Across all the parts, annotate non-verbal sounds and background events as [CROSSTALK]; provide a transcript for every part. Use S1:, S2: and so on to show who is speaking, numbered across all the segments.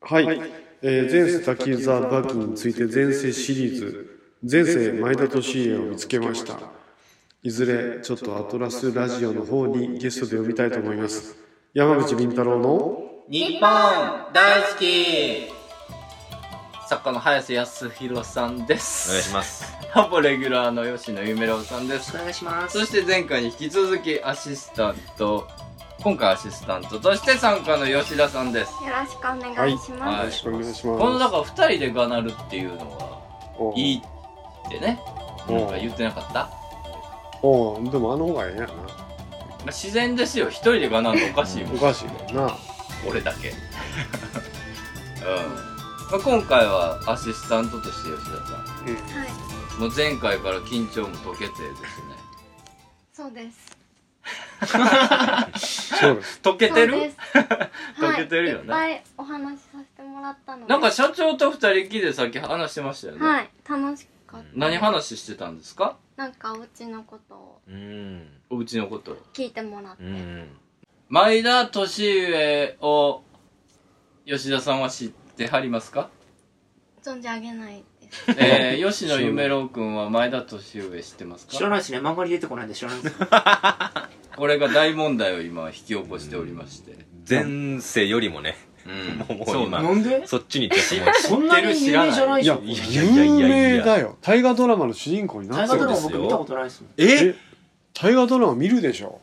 S1: はい、えー前世滝沢バキについて前世シリーズ前世前田利家を見つけましたいずれちょっとアトラスラジオの方にゲストで呼びたいと思います山口敏太郎の
S2: 日本大好き作家の早瀬康弘さんです
S3: お願いし
S2: [LAUGHS]
S3: ます。
S2: すハボレギュラーの吉野夢郎さんです
S4: お願いします
S2: そして前回に引き続きアシスタント今回アシスタントとして参加の吉田さんです
S5: よろしくお願いし
S2: は
S5: ま
S1: よ
S5: す。
S1: ろしくお願いします
S2: この中2人でがなるっていうの
S1: おう
S2: はいいってね
S1: お
S2: なんか言ってなかった
S1: おうでもあの方がええやな
S2: まあ自然ですよ一人でがなるのおかしいもん
S1: おかしいもんな
S2: 俺だけ [LAUGHS] うん、まあ、今回はアシスタントとして吉田さん
S1: うん
S5: はい、
S2: もう前回から緊張も解けてですね。
S5: そうです。
S1: そうです
S2: [LAUGHS] 解けて
S5: そうで
S2: [LAUGHS] る
S5: す
S2: 解けてるよね
S5: はい、いっぱいお話しさせてもらったので。
S2: なんか社長と二人きりでさっき話してましたよね。
S5: はい、楽しかった。
S2: 何話してたんですか
S5: なんかお家のことを
S3: うん。
S2: おうちのこと。
S5: 聞いてもらって。
S3: うん。
S2: 前田年上を吉田さんは知ってはります [LAUGHS] か
S5: 存じ上げないです。
S2: えー、吉野夢郎くんは前田年上知ってます
S4: 知ら
S2: か
S4: ないですね。漫画に出てこないんで知らないです。
S2: これが大問題を今引き起こしておりまして。
S3: 前世よりもね、
S2: うん
S3: もう今
S2: そうなんです
S4: んで
S3: そっちに行っちゃって
S2: [LAUGHS]
S4: そんなに有名じゃない
S1: い
S4: でし
S1: や
S4: ょ。
S3: いやいやいやいや
S1: 有名だよ大河ドラマの主人公にな
S4: 大
S1: って
S4: 河
S1: る
S4: ド
S1: ん
S4: ラ
S1: で
S4: マ
S1: すよ
S4: 僕見たことないですもん。
S3: え
S1: 大河ドラマ見るでしょ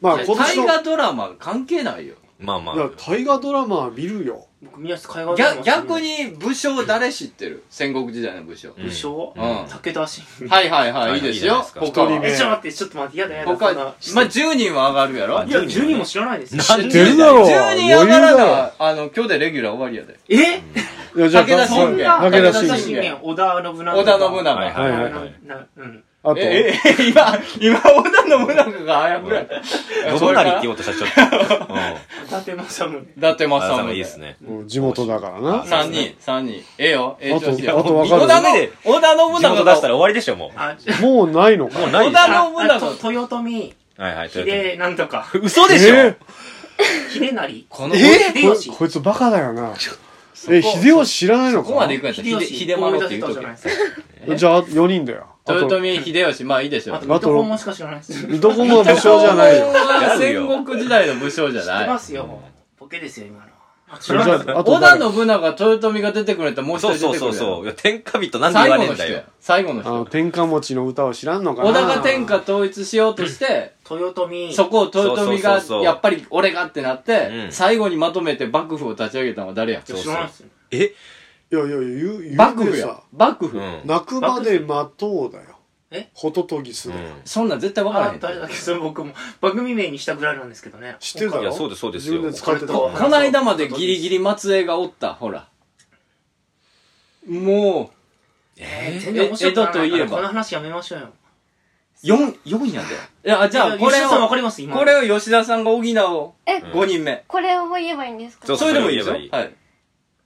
S1: まあ今
S2: 大
S1: 年の
S2: 河ドラマ関係ないよ。
S3: まあまあ
S1: いや。大河ドラマは見るよ
S4: 僕宮津海外ドラマ
S2: 逆逆。に武将誰知ってる戦国時代の武将。
S3: うん
S4: 武将
S3: う
S2: うん
S3: ん。
S4: 武田信玄。
S2: はいはいは、
S3: は
S2: い
S3: いい
S2: いです
S3: いいじゃない
S2: よ
S3: で。すか
S2: 他
S1: 一
S2: は
S1: 人。
S4: え、ちょっと待って、ちょっと待って、やだやだ。
S2: 他、まあ
S4: そんな
S2: 10人は上がるやろ
S4: いや、10人も知らないですよ。
S3: なん
S1: 知ってるだろう
S2: 10人上が
S1: 余
S2: ら
S1: 裕
S2: な
S1: だよ
S2: あの、今日でレギュラー終わりやで。
S4: え
S1: いやじゃあ
S2: 武田
S1: そ
S2: 信
S1: う
S2: 玄
S1: 武
S4: 武
S1: 田
S4: 田
S1: 信
S4: 信
S1: 玄
S4: 玄、織田信長。
S2: 織田信長。
S3: はい
S1: はいはい
S3: はい
S4: なうん。
S1: あと
S2: え、え、え今、今、織田信長があやふや。
S3: 信成って言おうとしたらちょっと。うん。
S4: 伊達政宗。
S2: 伊達
S3: あ
S2: 政
S3: さ
S2: 宗。
S3: いいですね。
S1: うん地元だからな
S2: 3人、3人。ええよ、ええ調子
S1: あ
S2: よ。
S1: とあとわ
S2: 織
S1: かる
S2: 田の、織田信
S3: 地元
S2: 長
S3: 出
S2: が、
S3: したら終わりでしょ、も
S4: あ、
S1: もうないのか
S3: う。もうないでし
S2: 織田
S4: あ、あ
S2: 信
S4: と豊臣、
S3: ょ。はいはい。とりあえ
S4: 秀なんとか、
S3: ず嘘でし
S1: え
S3: ょ
S4: 秀成。
S2: この、
S1: え
S4: 秀吉
S1: ここいつバカだよなえ秀吉知らないの
S2: ここま
S1: か
S2: で行くんやったら、秀秀
S4: 思
S2: 丸
S4: い出
S2: って
S4: せ
S2: 言
S4: た
S2: う
S4: じ
S2: と
S4: ゃ
S2: け
S4: ない。ですか。
S1: じゃあ4人だよあ
S2: 豊
S1: と
S2: 臣秀吉、まあいいでしょ
S4: あ
S2: う
S4: と、。水戸黄門しか知らないです。
S1: 水戸黄門は武将じゃないよ
S2: は戦国時代の武将じゃ
S4: 知っ
S2: な
S4: て
S2: い
S4: ま。すよ。ボケですよ、今の。あ知
S1: じゃ
S4: らない
S1: ああと
S2: 織田
S1: 誰
S2: 信長、豊臣が出てくれたらもう一
S3: そう
S2: 人出
S3: そう
S2: てく
S3: そ
S2: るや
S3: うそ
S2: ろ
S3: う。いや、天下人なんで
S2: 最
S3: 言
S2: 後
S3: われ
S2: の
S3: ん
S2: 人
S3: だよ
S2: や。最後の
S1: あの
S2: 人
S1: 天下持ちの歌を知らんのかな
S2: 織田が天下統一しようとして
S4: 豊臣、
S2: そこを豊臣が
S3: そうそうそうそう
S2: やっぱり俺がってなって、
S3: うん
S2: 最後にまとめて幕府を立ち上げたのは誰や
S4: いや知らないですよ。
S3: え
S1: いやいや言う言
S2: 幕
S1: う
S2: 府
S1: で
S2: や
S1: さ
S2: 幕
S3: う
S2: 府、
S3: ん。
S1: 泣くまで待とうだよ
S4: え
S1: ホトトギスだよ
S3: う
S2: そんなん絶対分から
S4: あ
S2: へん、
S4: 誰だっけそれ僕も番組名にしたぐらいなんですけどね
S1: 知ってるだ
S3: ん。い
S1: ろ
S3: や、そうです、そうですよ。
S1: 自分で使ってた
S2: ここの間までギリギリ松江がおったほらも
S4: え
S2: え
S4: ー、全然面白くな
S2: 江戸とい
S4: い
S2: え
S4: か
S2: ば
S4: らこの話やめましょうよ
S2: う4四やでいやじゃあ
S4: いや
S2: これ
S4: 吉田さんわかります
S2: を
S4: 今
S2: これを吉田さんが補お
S5: え、
S2: う5人目、
S5: これを言えばいいんですか
S3: そう
S2: それでもいいですよ
S3: それを言えば
S2: はい、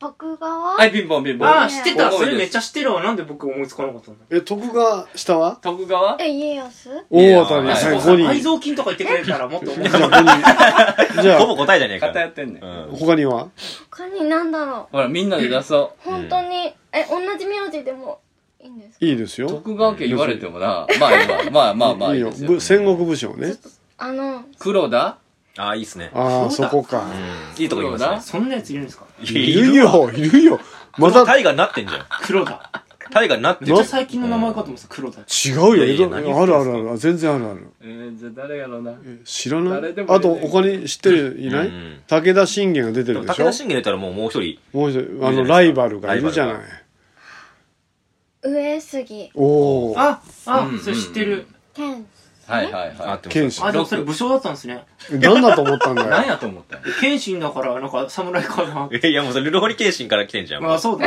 S5: 僕がは、
S2: はい、ピンポンピンポン
S4: ああ知ってた
S2: こ
S4: そ
S2: こいいで
S4: れ
S2: す
S4: めっちゃ知ってるわなんで僕思いつかなかったんだ
S1: え徳川下は
S2: 徳川
S5: え、家康
S3: いや
S1: 大当たり
S3: あ
S1: は
S3: そ
S1: い
S4: 内
S1: 5
S4: 臓筋
S1: 人
S4: 埋蔵金とか言ってくれたらもっと思
S1: じ
S4: う
S1: ゃあ5人じゃ
S3: ほ
S1: あ
S3: ぼ答えじゃねえか
S2: 偏
S3: ら
S2: っ。てんねん
S3: うん。
S1: 他には
S5: 他に何だろ
S2: ほらみんなで出そう
S5: う。本当に、え、同じ名字でもいいんですか
S1: いい [LAUGHS] ですよ
S2: 徳川家言われてもな、まあまあまあまあま
S1: い
S2: あい
S1: い
S2: い
S1: よ
S2: ですよ
S1: ぶ。戦国武将ね
S5: あの、
S2: 黒田
S3: ああ、いいっすね。
S1: ああ
S4: そ
S1: そう
S4: だ
S1: こか
S3: いいとこ行きます
S4: そんなやついるんですか
S3: ね。
S1: いる。よいるよま
S3: また
S1: た
S3: タイガーになってんじゃん。
S4: 黒田
S3: タイガーになってんじ
S4: めっ
S3: ゃ
S4: ちゃ。
S3: ん
S4: 最近の名前かと思ってた黒田
S1: 違うよ
S3: いやいや何言ってんすか
S1: あるあるある全然あるある
S2: えー、じゃあ誰やろうな。
S1: え知らな
S2: 誰
S1: い
S2: でも
S1: あ
S2: 入れ
S1: と
S2: てる
S1: 他に知ってるいない
S3: うん
S1: 武田信玄が出て
S3: で
S1: る
S3: も
S1: でし
S3: 武
S1: ょ
S3: 田信玄入れたらもうもう一人。
S1: もう一人あ
S3: いいじ
S1: の
S3: ゃないですか
S1: ライバルがいるじゃない
S3: ライバ
S5: 上杉
S1: おお
S4: ああ
S2: うん
S4: それ知ってる
S5: 天
S2: はいはい
S3: あ
S2: は
S3: って
S1: 剣
S3: ま
S1: 士
S4: あでもそれ武将だったんですね
S1: 何だと思ったん
S2: い。何
S1: だよ
S2: やと思ったんや
S4: 謙信だからなんか侍かな
S3: す。 [LAUGHS] いや、もうそれ、ルローリ謙信から来てんじゃん。
S4: まあそうだ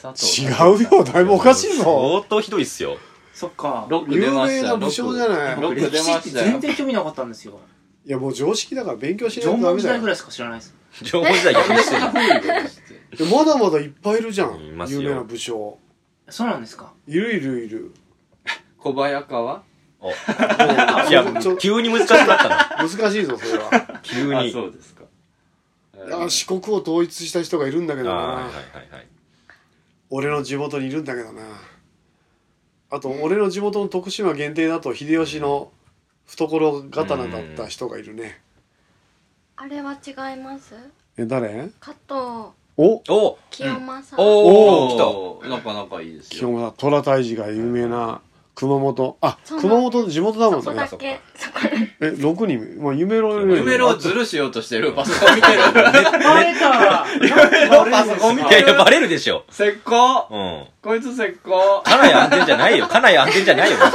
S2: 佐藤
S1: 違うよだいぶおかしいぞ
S3: 相当ひどいっすよ。
S4: そっか
S2: ロック出
S1: 有
S2: ま
S1: 名
S2: した
S1: な武将じゃ
S2: い
S1: ない
S2: ロック
S4: 僕歴史って全然興味なかったんですよ
S1: いやもう常識だから勉強しない
S4: 縄
S1: とダ
S4: 文
S1: メ
S4: 時
S1: だ
S4: 代
S1: よ
S4: ぐらいしか知らないです
S3: 縄文時代逆に
S1: [LAUGHS]
S3: してる。
S1: いやまだまだいっぱいいるじゃん
S3: います
S1: 有
S3: よ
S1: 名な武将
S4: そうなんです
S2: [LAUGHS]
S4: か
S1: いるいるいる
S2: 小早川
S3: [LAUGHS] いや、
S1: ちょ
S3: 急に難しくなったな。
S1: [LAUGHS] 難しいぞそれは
S3: 急
S2: あ、
S3: に。
S2: そうですか。え
S1: あ四国を統一した人がいるんだけ
S3: あ
S1: ど
S3: あはい
S1: な
S3: はいはい
S1: 俺の地元にいるんだけどなあと俺の地元の徳島限定だと秀吉の懐刀だった人がいるね
S5: あれは違います
S1: え誰
S5: 加藤
S1: お
S3: お
S5: 清正さん、
S3: お
S2: おー、来た。なかなかいいです
S1: 清
S2: よ。
S1: 村虎退治が有名な熊本あ
S5: そうなん
S1: 熊本の地元だも
S5: そこ
S1: んね
S5: だけそこ
S1: え6人まあ夢の
S2: 夢
S1: の
S2: をずるしようとしてる。パソコン見てる。
S4: バレた
S2: パソコン見
S3: い
S2: て
S3: やい
S2: る。
S3: やバレるでしょ
S2: せっこ
S3: うん
S2: こいつせっこ
S3: 家内安全じゃないよ家内安全じゃないよ別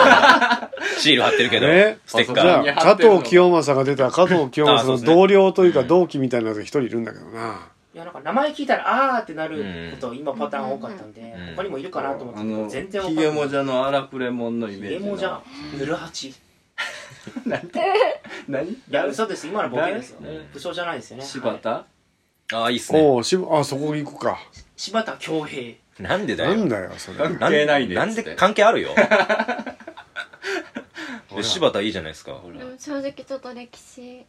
S3: にシール貼ってるけど
S1: ね
S3: ステッ
S1: じ
S3: カ
S1: ゃ
S3: ー
S1: あ加藤清正が出たら加藤清正の同僚というか同期みたいなやつが一人いるんだけどない
S4: やなんか名前聞 [LAUGHS] いたらあーってなること今パターン多かったんで、
S3: うん
S4: 他にもいるかなと思って
S2: あ
S4: たけど
S2: の、
S4: 全然わ
S2: ひ
S4: かん
S2: げ
S4: な
S2: も
S4: い
S2: じゃの荒くれもんのイ
S4: ひ
S2: メージ。
S4: げもじゃぬるはちい
S2: 何
S4: や嘘です今のボケですよ
S2: 誰
S4: 武将じゃないですよね
S2: 柴
S4: はい
S2: 田
S3: ああいいっすね
S1: おうしぶあそこ行くか
S4: 柴田恭平
S3: なんでだ
S1: な
S3: よ
S1: んだよそれ
S2: 関係ないで
S3: なん
S2: つっ
S3: で
S2: て
S3: 関係
S1: [LAUGHS]
S3: あるよで柴田いいじゃないですか
S2: ほ
S5: で
S2: ら
S5: も正直ちょっと歴史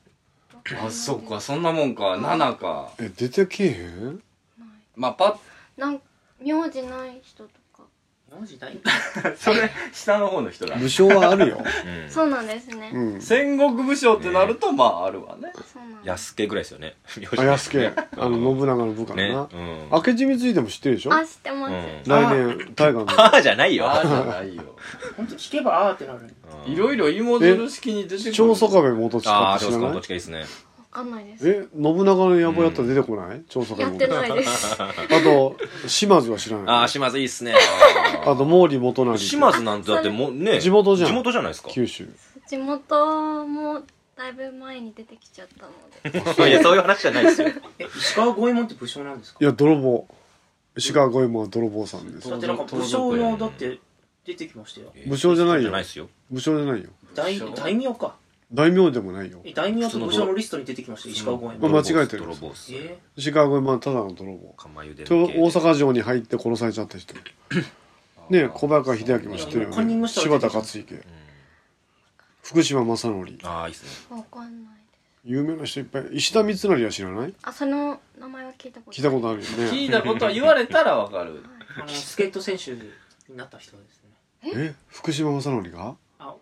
S5: わかんない
S2: あ、そっか、そんなもんか。7か。
S1: え出てけえへん
S2: まあ、パ
S5: なん名字ない人とか
S4: 名字ない
S2: ッ、それ、下の方の人だ。
S1: 武将はあるよ
S3: うん
S5: そうなんですね、
S1: うん
S2: 戦国武将ってなると、まあ、あるわね。
S5: そうなんです
S3: 安家ぐらいですよね
S1: あやすけあの
S3: の
S1: 信長の部下
S3: [LAUGHS] ね
S1: の
S3: うん
S1: な明智光秀も知ってるでしょ
S5: あ知ってます、
S3: うん
S1: 来年大河の
S3: ああじゃないよ
S2: ああじゃないよ。
S4: 本当聞けばあーってなる
S3: うん
S2: いろいろ芋づる式に出てくる。
S1: 長宗我部元親っ
S3: ああ
S1: て
S3: ど
S1: 知
S3: うです
S1: ら
S3: か
S1: な
S3: どっ
S1: い
S3: ちがいいですね
S5: わかんないです
S1: え信長の野望やったら出てこない長宗
S5: や
S1: 我
S5: っ
S1: 部
S5: て
S1: 元
S5: ないです
S1: あと島津は知ら
S3: あ
S1: な
S3: あ
S1: い
S3: 島津いいっす
S1: [LAUGHS]
S3: ね
S1: あと毛利元就
S3: 島津なんてだってもうね
S1: 地元じゃん
S3: 地元じゃないですか
S1: 九州
S5: [LAUGHS] 地元もだいぶ前に出てきちゃったので
S3: いやそういう話じゃないですよ
S4: え石川五右衛門って武将なんですか
S1: いや泥棒石川五右衛門は泥棒さんです
S4: だってなんか武将のだって出てきましたよ
S1: [LAUGHS] 武将じゃないよ
S3: じゃないっすよ
S1: 武将じゃないよ
S4: 大大名か
S1: 大名でもないよ
S4: え大名と武将のリストに出てきましたよ石川五右衛
S1: まあ
S4: 門
S1: 間違えてる
S3: 泥棒っす
S4: え
S1: 石川五右衛門はただの泥棒
S3: 釜茹で
S1: と
S3: の系
S1: 大阪城に入って殺されちゃった人ねえ小早川秀明も知ってる
S4: いやもうカ
S1: よ
S4: ンニン
S1: ね
S4: グしたら
S1: 柴田勝家福島正則
S3: ああいいっすね
S5: わかんないです
S1: 有名な人いっぱい石田三成は知らない
S5: あその名前は聞いたこと
S1: 聞いたことあるよ
S2: 聞
S1: ね
S2: いたことは言われたらわかる。
S4: ーあのスケート選手になった人ですね
S1: え福島正則が
S4: あ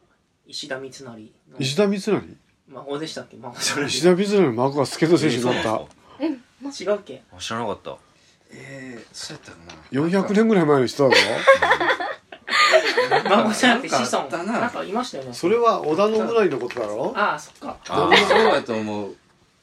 S4: 石田三成の
S1: 石田三成
S4: 孫でしたっけ孫それ
S1: 石田三成の孫がスケート選手になっ
S3: えーそう
S1: た
S3: なんです
S4: 違うっけ
S3: かあ知らなかった
S2: ええ、そうやったかな。
S1: 400年ぐらい前の
S3: [LAUGHS]
S1: 人だぞ
S4: 孫じゃなくて
S2: なんかあっ
S4: 子孫
S2: たな
S4: なんかいましたよね
S1: それは織田信成のことだろ
S4: ああそっか
S3: あ
S2: あ
S3: ー
S2: そうやと思う。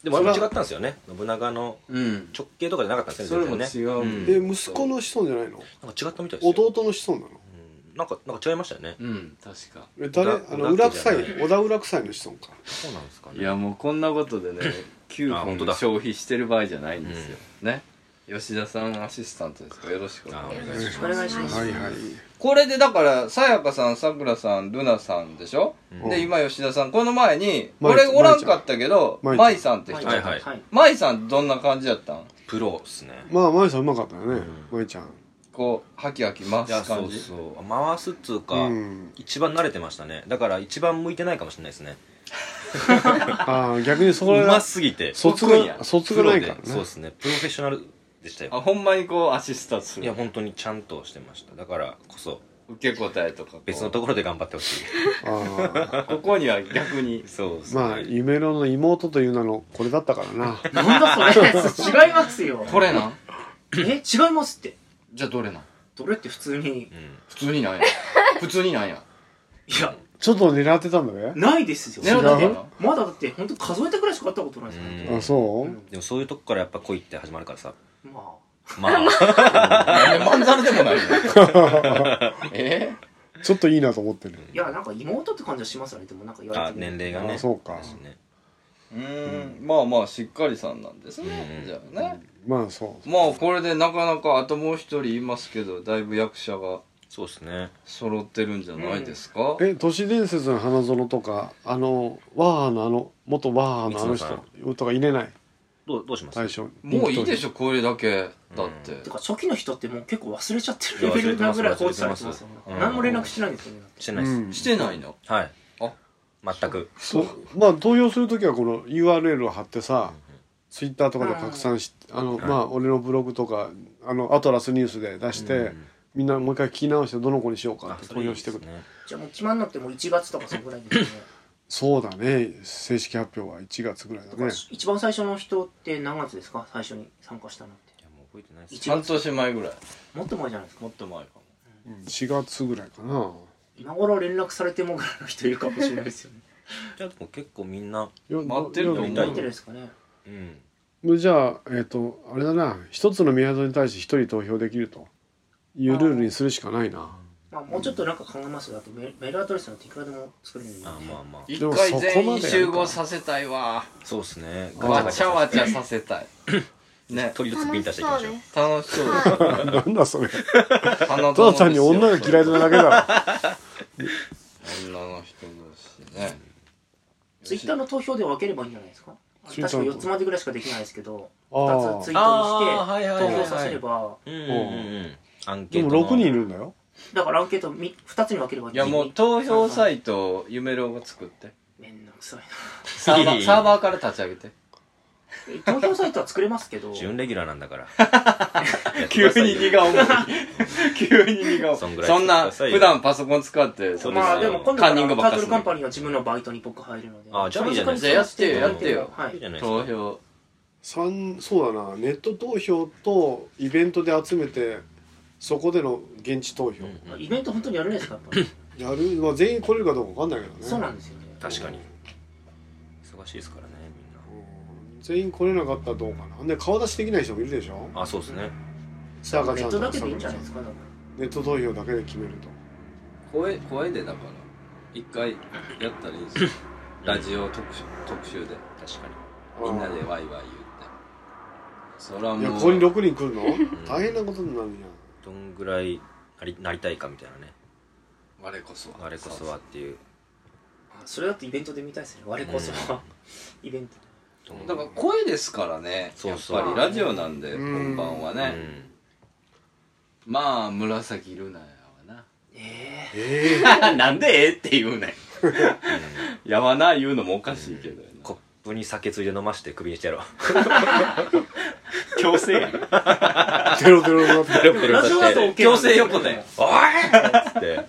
S3: でもあれも違ったんですよね信長の
S2: うん。
S3: 直系とかじゃなかったんですよね全然ね
S2: それも違う
S3: うん
S1: え息子の子孫じゃないの
S3: なんか違ったみたいですよ
S1: 弟の子孫なの
S3: うんなんかなんか違いましたよね
S2: うん、確か。
S1: え誰
S3: 織田
S1: あの裏
S3: 織田
S1: 臭い
S3: 家じゃない
S1: 織田裏臭いの子孫か
S3: そうなんですかね
S2: いや、もうこんなこと
S3: [LAUGHS]
S2: でね、9
S3: あ本
S2: 本
S3: 当だ
S2: 消費してる場合じゃないんですよ。ね。吉田さんアシスタントですから、よろしくお願いします。
S5: です
S4: お願いします
S1: はいはい
S2: これでだから、さやかさん、さくらさん、ルナさんでしょ、
S3: うん
S2: で、今吉田さん。この前に、
S1: まい
S2: 俺おらんかったけど、
S1: まいちゃん
S2: まいさんって人。
S3: はいはい
S2: まいさんどんな感じやったん
S3: プロっすね
S1: まあまゆさんうまかったよねまゆちゃん
S2: こう、ハキハキ回
S3: いや
S2: す
S3: そ
S2: 感
S3: う
S2: じ。
S3: そう回すっつうか、
S1: うん
S3: 一番慣れてましたねだから一番向いてないかもしれないですね
S1: ああ逆にそうれが
S3: ますぎて
S1: 卒
S2: 得意や
S1: が卒がないから
S3: プロでそうで
S1: ね
S3: すねプロフェッショナルでしたよ
S2: あ、ほんまにこう、アシスタントす
S3: いや
S2: る。
S3: 本当にちゃんとしてましただからこそ
S2: 受け答えとかこう。
S3: 別のところで頑張ってほしい
S1: [LAUGHS] ああ
S2: ここには逆に。
S3: そうですね
S1: まあ夢のの妹という名のこれだったからな
S4: なんだそれ違いますよ
S2: これなん
S4: え違いますって
S2: じゃあどれなん
S4: どれって普通に
S3: うん
S2: 普通になんや。 [LAUGHS] 普通になんや。
S4: いや
S1: ちょっと狙ってたんだね
S4: ないですよ
S2: 狙ってたの
S4: まだだって本当数えたくらいしか会ったことないですよ
S3: うん
S1: あそ
S4: うん
S1: う
S3: でもそういうとこからやっぱ恋って始まるか
S1: [LAUGHS]
S3: らさ
S4: ま
S3: まあ
S2: なんでまんざるでもないの [LAUGHS] え
S1: ちょっといいなと思ってる
S4: あいやなんか妹って感じはしますよねでもなんか言わ
S3: あ
S4: れて
S3: 年齢が
S1: あ
S3: ね
S1: あそうか
S3: だしね
S2: うーんまあまあしっかりさんなんですね、
S3: うん
S2: じゃあね、
S1: まあそう
S2: まあこれでなかなかあともう一人いますけどだいぶ役者が
S3: そうですね
S2: 揃ってるんじゃないですか、
S1: え都市伝説の花園とかあのワーハのあの元ワーハのあの
S3: 三
S1: 人とか入れない
S3: どうどうします
S1: 最初
S2: もういいでし
S1: ょ
S2: ょこれだけだって、
S3: うん
S4: てか初期の人ってもう結構忘れちゃってるレベルなぐらい放置されてますよね
S3: 忘れてます
S4: 何も連絡してないんですよね
S3: してないです、
S2: してないの
S3: はい
S2: あ
S3: 全く
S1: そうまあ投票するときはこの URL を貼ってさツイッターとかで拡散しあの、まあ俺のブログとかあのアトラスニュースで出して、
S3: うん
S1: みんなもう一回聞き直してどの子にしようか
S3: あ
S1: って
S3: そ
S1: 投
S3: れいい
S1: 票
S3: で
S1: して
S3: す
S1: くる
S3: ね
S4: じゃあもう決まんなくても1月とかそのぐらいですよね
S1: そうだね正式発表は1月ぐらいだ
S4: だから
S1: ね
S4: 一番最初の人って何月ですか最初に参加したのって
S3: いやもう覚えてないっす
S4: 一
S2: 半年前ぐらい
S4: もっと前じゃないですか
S2: もっと前かも
S1: うん4月ぐらいかな
S4: 今頃連絡されてもぐらいの人いるかもしれないですよね
S3: じゃあでも結構みんな
S1: よ
S2: 待ってると思う
S4: みんな見てるんですかね
S3: うん
S1: でじゃあえっ、とあれだな一つの宮戸に対して一人投票できるというルールにするしかないな
S4: まあもうちょっとなんか考えますがあとメメールアドレスなんていくらでも作れるんで、
S3: あまあまあ
S2: 一
S1: でも
S2: 回
S1: そこまで
S2: 全員集合させたいわ
S3: そうっすね
S1: あ
S2: わちゃわちゃさせたいね
S3: トリルツピン
S5: 楽
S3: タし
S5: して
S3: いき
S5: そ
S3: ま
S5: う
S3: しょう
S5: です
S2: 楽しそうだ
S1: なんだそれ
S2: ただ
S1: ただ単に女が嫌いなだけだ
S2: 女の人同士ね
S4: ツイッターの投票で分ければいいんじゃないですかあれ
S1: ツイッタ
S4: 確
S1: ー
S4: か
S1: の
S4: 4つまでぐらいしかできないですけど
S1: あ
S4: 2
S1: あ
S4: つツイ
S3: あー
S4: ー
S3: はいは
S4: ト
S3: いは
S4: に
S3: い
S4: して
S3: は
S4: 投票さ
S3: い
S4: せれば
S3: うんうんうんアン
S1: で
S3: ケー
S1: も
S3: トの
S1: 6人いるんだよ
S4: だからアンケートみ2つに分ければいい
S2: いやもう投票サイトを夢ロゴ作って
S4: めんどくさい
S2: サーバー
S4: [LAUGHS]
S2: サーバーから立ち上げて
S4: な投票サイトは作れますけど
S3: 準レギュラーなんだから
S1: [LAUGHS]
S2: 急に荷が重い [LAUGHS] 急に荷が重い
S3: そ
S2: そ
S3: ん
S2: ん
S3: ぐら
S2: な
S3: いしてくださいよ
S2: 普段パソコン使って
S3: そうですよ
S4: まあでも今度か
S2: カンニング
S4: ら
S2: ば
S4: タ
S2: っか
S4: ート
S2: する
S4: ルカンパニーは自分のバイトに僕入るので
S3: あじゃあいいじゃないです
S2: か
S4: いただければ
S2: やってよ
S4: はい
S3: いじゃないです
S2: 投
S3: か
S2: 票
S1: 三そうだなネット投票とイベントで集めてそこでの現地投票、
S3: うん
S4: イベント本当にやるんですかやっぱり
S1: やる、まあ、全員来れるかどうかわかんないけどね
S4: そうなんですよね
S3: 確かに忙しいですからねみ
S1: うん全員来れなかったらどうかなで顔出しできない人もいるでしょ
S3: んなあそうですね
S1: さやかち
S4: ネ
S1: ゃ
S4: ッ
S1: んと
S4: ト
S1: か
S4: だけでいいんじゃないですかだか
S1: ネット投票だけで決めると
S2: 声声でだから一回やったらいいしラジオ特集特集で
S3: 確か
S2: みんなで
S1: あ
S2: ワイワイ言ってそら
S1: あ
S2: も
S1: いうやここに6人来るの大変なことになるじゃ
S3: にどんぐらいなりなりたいかみたいなね
S2: 我こそ
S3: あれこそはっていう
S4: らそれだとイベントで見たいですね我こそはイベント
S2: だ
S3: ど
S2: から声ですからね
S3: そうそう
S2: やっぱりラジオなんで
S1: うん
S2: 本番は
S3: う
S2: ね
S3: ん
S2: まあ紫ルナやわ
S4: ええ
S1: ええ
S2: [LAUGHS] ななんでええって言うねんやわな言うのもおかしいけどやな
S3: コップに酒ついで飲ましてクビにしてやろう
S2: 強制やん
S1: テロテロになって
S3: ペロペロ
S4: ラ
S3: 出
S4: ジオだ
S3: し
S4: と
S3: て
S4: OK
S2: [LAUGHS] 強制横で
S3: 「おい!」っつって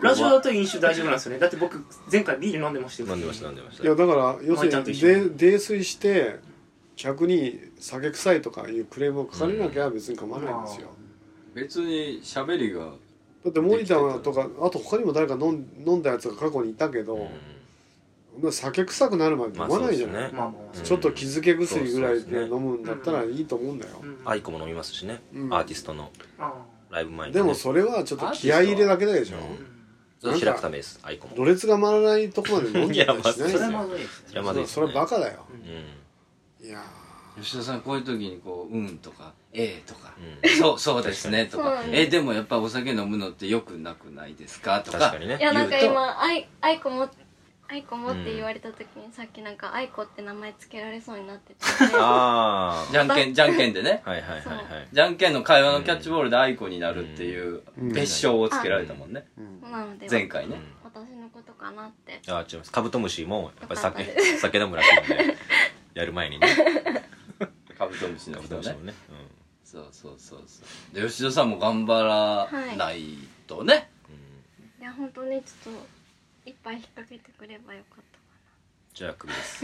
S4: ラジオだと飲酒大丈夫なんですよねだって僕前回ビール飲んでましたよ
S3: [LAUGHS] 飲んでました飲んでまし
S1: いや
S3: た
S1: だから要す
S4: まあちゃんと
S1: るに
S4: 一緒
S1: で
S4: に
S1: 泥酔して客に酒臭いとかいうクレームをかけなきゃ別に構わないんですよ、
S2: 別に喋りが
S1: だって森田とかあと他にも誰か飲ん飲んだやつが過去にいたけど、
S3: うん
S1: 酒臭くなるまで飲
S3: まあ
S1: ま
S3: そう
S1: ないじ
S3: です
S1: ゃ
S3: よ
S1: ない、
S3: ね
S4: まあまあまあ
S3: うん
S1: ちょっと気づけ薬ぐらい
S3: そうそう
S1: で
S3: で
S1: 飲
S3: すね
S1: むんだったらいいと思うんだよ、
S4: うん
S3: アイコも飲みますしね
S1: うん
S3: アーティストの
S4: あ
S3: ライブ前に
S1: で
S3: ね
S1: もそれはちょっと気合い入れだけだでしょ
S4: あ
S3: う
S4: うんん
S3: それ開くためですアイコも
S1: ろれつが回らないとこまで飲んでたりし
S3: い
S1: ないで
S4: そ
S3: やまあ
S4: れ
S1: す
S4: は
S1: よ
S4: まずいですね
S3: れはまずいですね
S1: それはバカだよ
S3: うん
S1: いや
S2: 吉田さんこういう時にこう「うん」とか「ええ」とか「
S3: うん
S2: そうそうですね」とか
S5: う
S2: 「
S5: ん
S2: えでもやっぱお酒飲むのってよくなくないですか?」と
S3: 確
S2: か
S3: かにね
S5: いやなんか
S2: 言うと
S5: 今あいあいこもあいこもって言われた時にさっきなんかあいこって名前つけられそうになってて
S3: あ
S2: じゃんけんじゃんけんでね
S3: あはいはいはいはい
S2: じゃんけんの会話のキャッチボールで愛子になるっていう
S1: うん
S2: 別称をつけられたもんね、
S1: ーうん
S5: なので
S2: 前回
S3: う
S2: ね、
S3: ん
S5: 私のことかなって
S3: あ違いますカブトムシもやっぱり
S5: よ
S3: 酒
S5: かったで
S3: [LAUGHS] 酒飲むらしいんでやる前にね
S2: カブトムシ
S3: カ
S2: の
S3: ブ
S2: 人
S3: トムシ
S2: ね
S3: もね
S2: そうそうそうそうで吉田さんも頑張らないとね、
S3: うんうん
S5: いや本当にちょっといっぱい引っ掛けてくればよかった
S3: じゃあクビです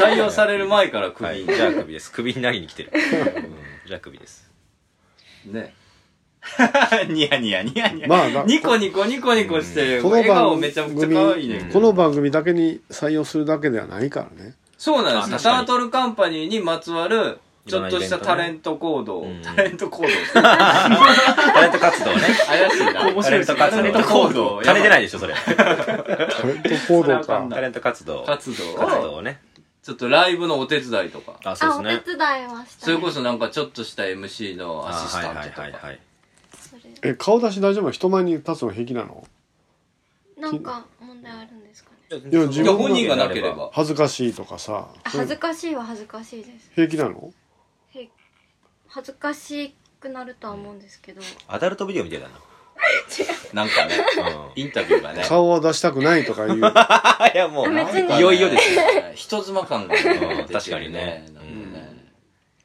S2: 採用される前からク
S3: は
S2: ビ
S3: い
S2: に、
S3: じゃあクビですクビになりに来
S2: [LAUGHS]
S3: てる、うんじゃあクビです
S2: ね [LAUGHS] ニヤニヤニヤニヤ、
S1: まあだ
S2: ニコニコニコニコして、
S1: この
S2: 笑顔
S1: 番
S2: めちゃくちゃ
S1: 組
S2: 可愛いね、
S3: うん
S1: この番組だけに採用するだけではないからね
S2: そうなんで
S3: あ
S2: す
S3: 確
S2: よ
S3: か
S2: タ
S3: に
S2: ートルカンパニーにまつわるちょっとしたタレント行動、タレント行動怪
S3: タレント活動ね
S2: しい
S3: [LAUGHS]
S2: な
S4: 面
S3: タ
S4: 白い
S3: レ
S4: で
S3: ン
S4: す
S3: ト
S4: ね
S3: 活
S2: タ
S3: 動
S2: レント行
S3: [LAUGHS]
S2: 動
S3: 金出ないでしょそれ
S1: タレント行動
S2: それはあか
S1: か
S2: んな
S3: タレント活動活
S2: 活動
S3: 動をね
S2: ちょっとライブのお手伝いとか
S3: あ
S5: あ
S3: そう
S5: お
S3: ですね
S5: 手伝いはした
S2: それこそなんかちょっとした MC のアシ
S3: あ
S2: ス
S3: はい
S2: タ
S3: はい
S2: ント
S3: はい
S2: とか
S3: はい
S5: それ
S1: え顔出し大丈夫人前に立つの平気なの
S5: なんか問題あるんですかね
S1: いや自
S2: い
S1: 分
S2: や
S1: の
S2: 本人がなければ
S1: 恥ずかしいとかさ
S5: あ恥ずかしいは恥ずかしいです
S1: 平気なの
S5: へ恥ずかしくなるとは思うんですけど
S3: アダルトビデオみたいだな
S2: なんかね、インタビューがね、
S1: 顔は出したくないとかいう。
S3: いや、もう、
S5: 別に
S3: なんか
S2: いよいよですよね。人妻感がね
S3: うん確かにね
S2: 出てるなんかね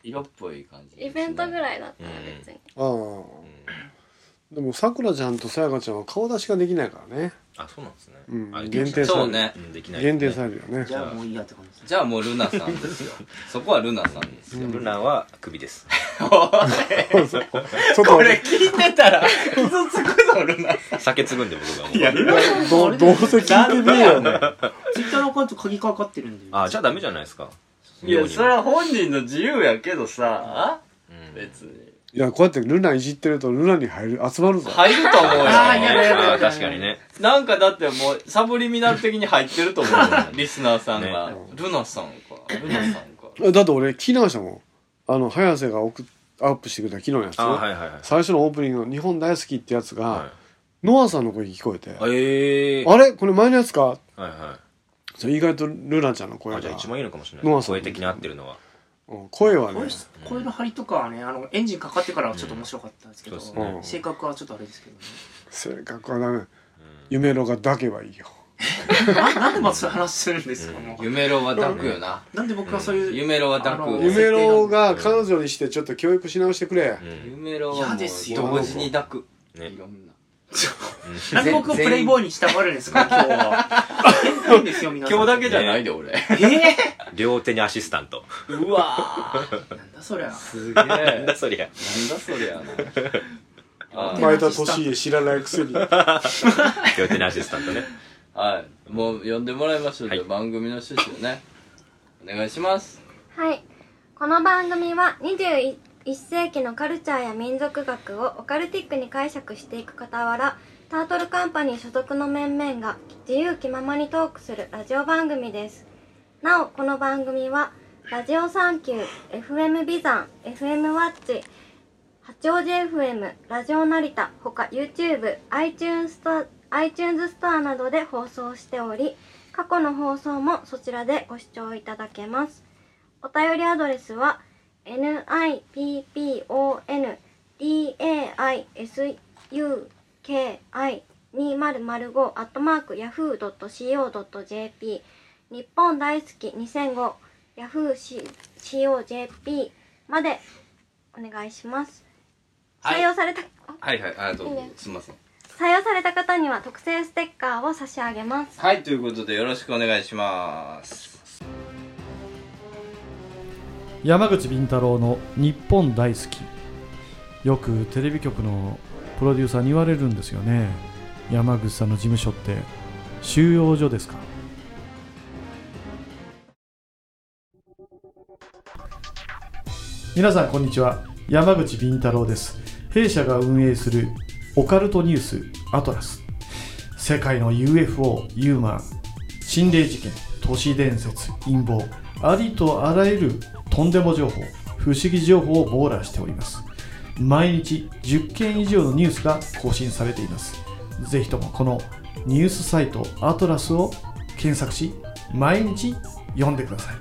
S2: 色っぽい感じですね。
S5: イベントぐ
S2: い。
S5: らいだったら別に、
S1: ああ、でもさくらちゃんとさやかちゃんは顔出しができないからね
S3: あ、そうなんですね。
S1: うん
S3: あ
S1: 限定される
S2: そうね
S3: うんできない。
S1: 限定されるよね
S4: じゃあもういいやって感じです
S2: じゃあもうルナさんです
S3: [LAUGHS]
S2: よ。そこはルナさんですよ。
S3: ルナは首です。
S1: ちょっ
S2: ことれ聞いてたら、傷つくぞ、ルナさ
S3: 酒継ぐんで僕がも
S1: ど
S3: う。
S1: どうせ聞いてねえよね
S4: [LAUGHS] ツイッターのアカウント鍵かかってるんで
S3: あ、じゃあダメじゃないですか。
S2: ん。いや、それは本人の自由やけどさ、
S3: うん
S2: 別に。
S1: いやこうやってルナいじってるとルナに入る集まるぞ
S2: 入ると思うよ。
S4: あーやだやだやだ
S3: あー確かにね。
S2: なんかだってもう、サブリミナル的に入ってると思う
S3: [LAUGHS]
S2: よ。リスナーさんが
S3: ね。
S2: ルナさんか。ルナさんか。
S1: だって俺昨日したもんあの早瀬が送っアップしてくれた昨日のやつ、
S3: あ、はいはいはい。
S1: 最初のオープニングの「日本大好き」ってやつが、
S3: は
S1: ノアさんの声聞こえて「
S3: い。ええ。
S1: あれこれ前のやつか?
S3: はいは」
S1: そう意外とルナちゃんの声
S3: い。
S1: が
S3: あ、じゃあ一番いいのかもしれ
S1: ノ
S3: な
S1: ア
S3: い。
S1: さん
S3: 声的に合ってるのは。
S1: うん声はね
S4: 声質声の張りとかはねあのエンジンかかってからはちょっと面白かったですけど、
S3: うんそうです
S1: ね
S4: 性格はちょっとあれですけど、ね
S1: 性格はダメ夢のが抱けばいいよ
S4: ななんでまずそういう話するんですか、もう
S2: 夢ロは抱くよな。
S4: なんで僕はそういう、
S2: 夢ロは抱
S4: あの
S2: く。
S1: 夢郎が彼女にしてちょっと教育し直してくれ、
S3: うん。
S2: 夢ロはも
S4: 嫌
S2: う
S4: です
S1: よ
S2: 同時に抱く。
S3: ね
S2: いろんな。
S4: なんで僕をプレイボーイにしたがるんですか今日は変ですよ皆さん
S2: 今日だけじゃないで、俺。
S4: え
S3: 両手にアシスタント。
S2: うわぁ。
S4: ー、なんだそりゃ
S2: すげえ。
S3: [LAUGHS] なんだそりゃ。
S2: なんだそりゃな。 [LAUGHS] あ
S1: 前田利家知らないくせには
S3: 両手にアシスタントね。
S2: はい。もう呼んでもらいましょう。
S3: はい
S2: じゃあ番組の趣旨をね。お願いします。
S5: はいこの番組は21世紀のカルチャーや民族学をオカルティックに解釈していく傍らタートルカンパニー所属の面々が自由気ままにトークするラジオ番組ですなおこの番組はラジオサンキュー FM ビザン FM ワッチ八王子 FM ラジオ成田ほか YouTube iTunes スト iTunes ストアなどで放送しており過去の放送もそちらでご視聴いただけますお便りアドレスは nippondaisuki2005-yahoo.co.jp 日本大好き2005 yahoo.co.jp までお願いします
S2: はい
S5: 採用された、
S2: はいはい。あ、どう
S5: いい
S2: ぞ
S5: ね。
S2: すいません。
S5: 採用された方には特製ステッカーを差し上げます
S2: はい、ということでよろしくお願いします。
S6: 山口敏太郎の日本大好きよくテレビ局のプロデューサーに言われるんですよね山口さんの事務所って収容所ですか皆さんこんにちは山口敏太郎です弊社が運営するオカルトニュースアトラス世界の UFO ユーマン心霊事件都市伝説陰謀ありとあらゆるとんでも情報不思議情報を網羅しております毎日10件以上のニュースが更新されていますぜひともこのニュースサイトアトラスを検索し毎日読んでください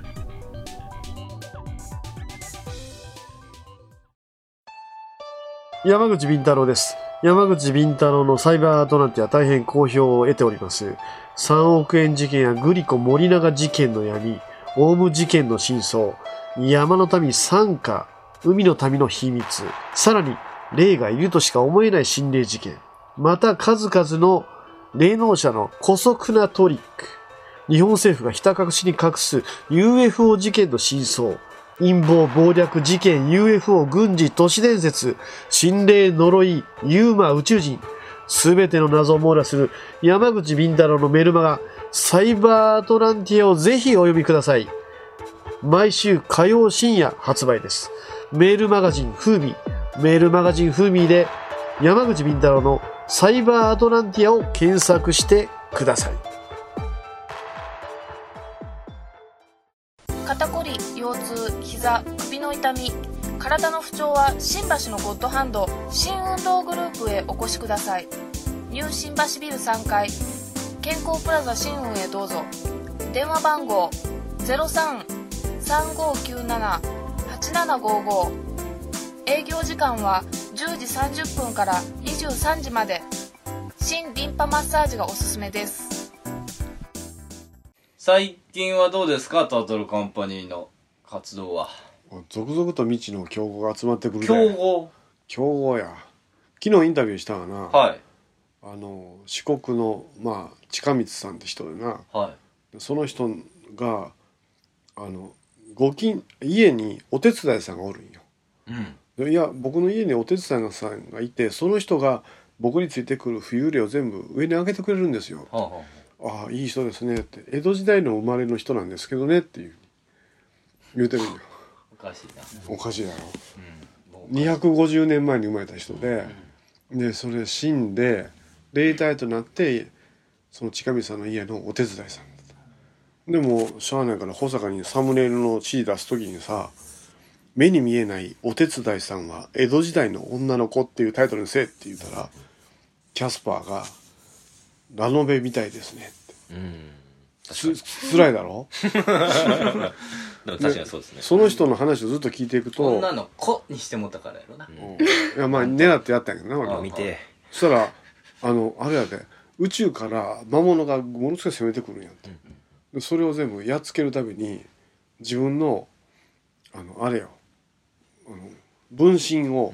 S1: 山口敏太郎です山口敏太郎のサイバーアトランティア大変好評を得ております3億円事件やグリコ森永事件の闇オウム事件の真相山の民参加海の民の秘密さらに霊がいるとしか思えない心霊事件また数々の霊能者の古速なトリック日本政府がひた隠しに隠す UFO 事件の真相陰謀暴略事件 UFO 軍事都市伝説心霊呪いユーマ宇宙人すべての謎を網羅する山口敏太郎のメルマガサイバーアトランティアをぜひお読みください毎週火曜深夜発売ですメールマガジンフーミーメールマガジンフーミーで山口敏太郎のサイバーアトランティアを検索してください
S7: 肩こり腰痛膝首の痛み体の不調は新橋のゴッドハンド新運動グループへお越しくださいニュー新橋ビル3階健康プラザ新運へどうぞ電話番号0335978755営業時間は10時30分から23時まで心リンパマッサージがおすすめです
S2: 最近はどうですかタートルカンパニーの活動は
S1: 続々と未知の競合が集まってくるね
S2: 競合
S1: 競合や昨日インタビューしたがな、
S2: はい
S1: あの四国のまあ近道さんって人でな
S2: は
S1: その人があのご近家にお手伝いさんがおるんよ
S2: いうん
S1: いや僕の家にお手伝いさんがいてその人が僕についてくる浮遊霊を全部上に上げてくれるんですよ
S2: はあ、は
S1: ああいい人ですねって江戸時代の生まれの人なんですけどねっていう言うてるんよ
S2: あ、おかしい
S1: お
S2: な
S1: かしいだろ
S2: うんもう
S1: 250年前に生まれた人ででそれ死んで霊体となってその近道さんの家のお手伝いさんだったでもしゃあないから保坂にサムネイルの地位出す時にさ「目に見えないお手伝いさんは江戸時代の女の子」っていうタイトルにせえって言ったらキャスパーが「ラノベみたいですね」って
S3: うん。
S1: つ辛いだろ
S3: でも確かにそうですね。
S1: その人の話をずっと聞いていくと
S2: 女の子にしてもったからやろな、
S1: うんいやまあ狙ってやったんやけどな俺
S3: あ
S1: は
S3: 見て。
S1: そしたらあのあれやで宇宙から魔物がものすごい攻めてくるんやって、でそれを全部やっつけるために自分のあのあれよあの分身を、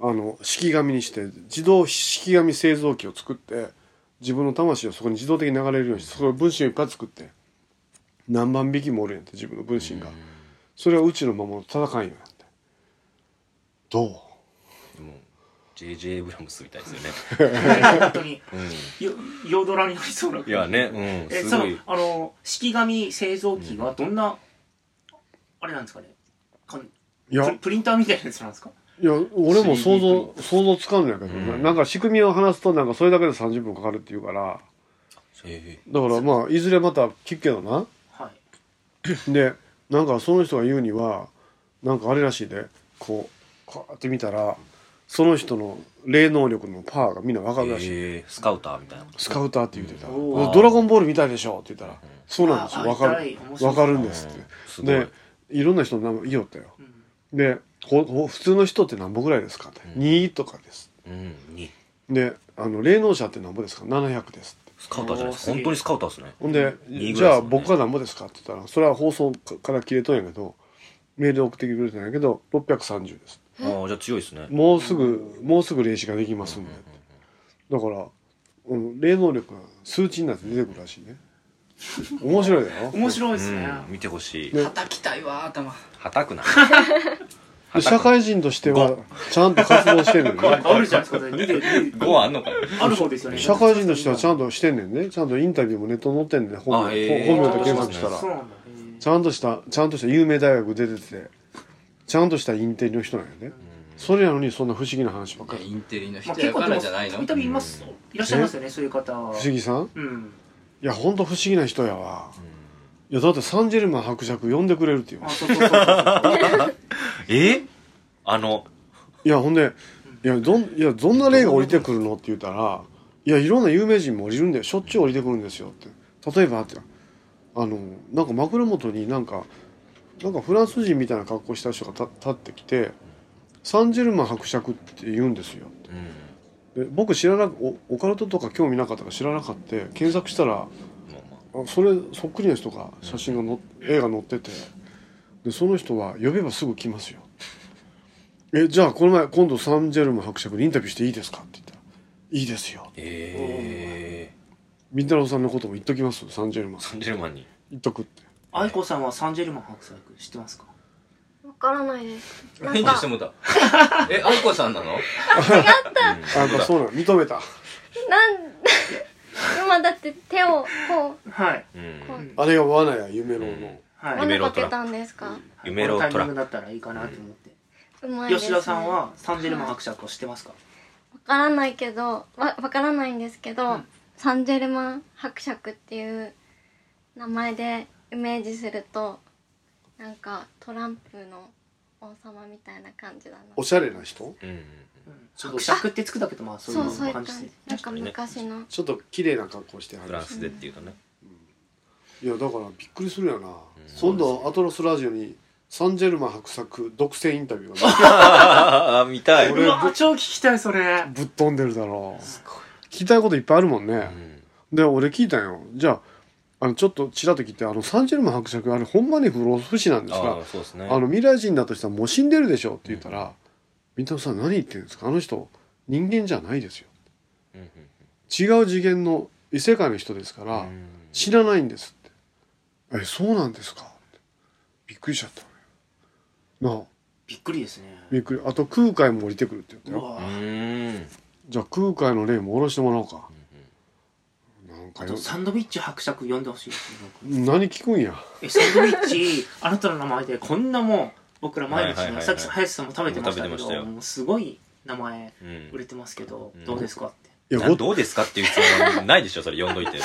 S1: あの式紙にして自動式紙製造機を作って自分の魂をそこに自動的に流れるようにしてその分身をいっぱい作って何万匹もおるんやって自分の分身が、それは宇宙の魔物と戦いんやってどう
S3: もう J.J. エイブラムスみたいですよね。
S4: 本当に
S3: う。
S4: よ夜ドラになりそうなん
S3: いやね、う
S4: え
S3: ん。
S4: そ
S3: すご
S4: の
S3: い。
S4: あの式紙製造機はどんな、あれなんですかねかん
S1: いや
S4: プリプリンターみたいなやつなんですか
S1: いや、俺も想
S3: 3D
S1: 像、想像つかんのやけど、
S3: うん
S1: なんか仕組みを話すと、なんかそれだけで30分かかるっていうから、
S3: え
S1: だからまあ、いずれまた聞くけどな。
S4: はい
S1: で、なんかその人が言うには、なんかあれらしいで、こう、こうやって見たら、その人の霊能力のパワーがみんなわかるらしい。
S3: えスカウターみたいな。
S1: スカウターって言ってた。
S4: お
S3: ー
S1: ドラゴンボールみたいでしょって言ったら、そうなんですよ。
S4: あ
S1: わか
S4: あ痛
S1: る
S4: い。面白
S1: わ
S4: い
S1: かるんですって。
S3: すごい
S1: で。いろんな人の名前言いよったよ
S4: ん、
S1: でほほ普通の人って何歩ぐらいですかって、
S3: うん
S1: 2とかです
S3: うん。に
S1: であの霊能者って何歩ですか700ですって
S3: スカウターじゃないです
S4: おーすげえ
S3: か。本当にスカウターですね。
S1: ほんで、
S3: 二ぐ
S1: じ
S3: らい
S1: ゃあ
S3: ですもんね
S1: 僕が何歩ですかって言ったらそれは放送から切れとんやけどメールで送ってきてくれたんやけど630です
S3: ああじゃあ強いですね。
S1: もうすぐもうすぐ霊視ができますんでだから、うん、霊能力が数値になって出てくるらしいね面白いだ
S3: [LAUGHS]
S1: ろ
S4: 面白いですね、
S3: うん見てほしい。
S1: ね
S2: 叩きたいわ頭
S3: はたく [LAUGHS] な。
S1: で社会人としてはちゃんと活動してる
S3: [LAUGHS]
S1: のね
S4: あるじゃないですか二で
S2: [LAUGHS]
S4: 二で
S3: 5はあんのかよ。
S4: ある方ですよね
S1: 社会人としてはちゃ
S4: ん
S1: んとしてんねんねちゃんとインタビューもネットに載ってんねん本
S3: あ
S1: 名、
S3: へー
S1: 本名で検索した
S4: そう
S1: ら
S4: なんだへー
S1: ちゃんとしたちゃんとした有名大学出ててちゃんとしたインテリの人なんやねそれなのにそんな不思議な話ばっかり
S2: インテリの
S4: まあ、
S2: 人
S4: 結
S2: や
S4: 構
S2: か
S4: で
S2: ら
S4: も
S2: じゃない
S4: た
S2: の
S4: びたびいますいらっしゃいますよねそういう方は
S1: 不思議さん
S4: うん
S1: いやほんと不思議な人やわいやだってサンジェルマン伯爵呼んでくれるっていう
S4: あそうそうそうそう
S3: えあの、
S1: いやほんでいやどんいやどんな霊が降りてくるのって言ったらいやいろんな有名人も降りるんだよしょっちゅう降りてくるんですよって例えばってあのなんか枕元になんかなんかフランス人みたいな格好した人がた立ってきて「サンジェルマン伯爵」って言うんですよ
S3: う
S1: で
S3: ん。
S1: 僕知らなくおオカルトとか興味なかったから知らなかった検索したら
S3: まあまあ。
S1: あそれそっくりな人が写真がの、絵が載っててでその人は呼べばすぐ来ますよえじゃあこの前今度サンジェルマン伯爵にインタビューしていいですかって言ったら「いいですよ
S3: ええ」
S1: みんたろうさんのことも言っときますサンジェルマン
S3: サンジェルマンに。
S1: 言っとくって
S4: 愛子さんはサンジェルマン伯爵知ってますか
S5: わからないですな
S2: 返
S5: ん
S2: 事し
S5: か
S2: てもう
S4: [LAUGHS]
S2: たえあいこさんなの
S1: あなんかそうなの認めた
S5: なん [LAUGHS] 今だって手をこ
S4: はい
S3: うん
S5: うこう
S1: あれが罠や夢の
S3: うん
S1: の
S4: は
S5: 輪
S4: い
S5: にかけたんですか
S3: 夢
S4: こ
S3: の
S4: の
S3: ト
S4: タイミ
S3: ラ
S4: ングだったらいいかなと思って、
S5: うまいです、ね、
S4: 吉田さんはサンジェルマン伯爵を知ってますか
S5: わからないけどわわからないんですけど、
S4: ん
S5: サンジェルマン伯爵っていう名前でイメージするとなんかトランプの王様みたいな感じだな
S1: おしゃれな人
S3: うんうん
S4: 伯爵ってつくだけどまあそうい
S5: そうそういうう感
S4: 感
S5: じ
S4: じで
S5: なんか昔の、
S1: ちょっと綺麗な格好しては
S3: フ
S1: る
S3: ランスでっていうとね。
S1: いやだからびっくりするよな、今度アトロスラジオにサンジェルマン伯爵独占インタビュ
S3: [LAUGHS]
S1: ーが
S3: ああ、見たい。
S1: 俺
S4: うわ超聞きたいそれ
S1: ぶっ飛んでるだろう聞きたいこといっぱいあるもんね
S3: う。ん
S1: で、俺聞いたんよ。じゃあ、あの、ちょっとちらっと聞いて、あの、サンジェルマン伯爵、あれ、ほんまに不老不死なんです
S3: あ
S1: か
S3: あそうですね
S1: あの、未来人だとしたらもう死んでるでしょって言ったら、みんなさん何言ってるんですかあの人、人間じゃないですよ。
S3: うんうん
S1: 違う次元の異世界の人ですから、
S3: うん
S1: 知らないんですって。え、そうなんですかびっくりしちゃった俺。なあ、
S4: びっくりですね
S1: びっくり。あと空海も降りてくるって言った
S4: う
S1: よ。
S4: わ
S3: う
S4: ぁ
S3: ん
S1: じゃあ空海の霊も下ろしてもらおうか。なんか
S4: あ
S1: よ
S4: と、サンドビッチ伯爵呼んでほしいですね僕
S1: 何聞くんや。
S4: えサンドイッチあなたの名前でこんなもん僕ら毎日ね、
S3: はいはいはいはい
S4: さっき林さんも食べてましたけど
S3: もう食べてましたよ
S4: もうすごい名前
S3: うん
S4: 売れてますけど、
S3: うん
S4: どうですか
S3: [LAUGHS]
S4: って
S1: いや、
S3: な
S1: ご
S3: どうですかっていう質問はないでしょそれ読んどいて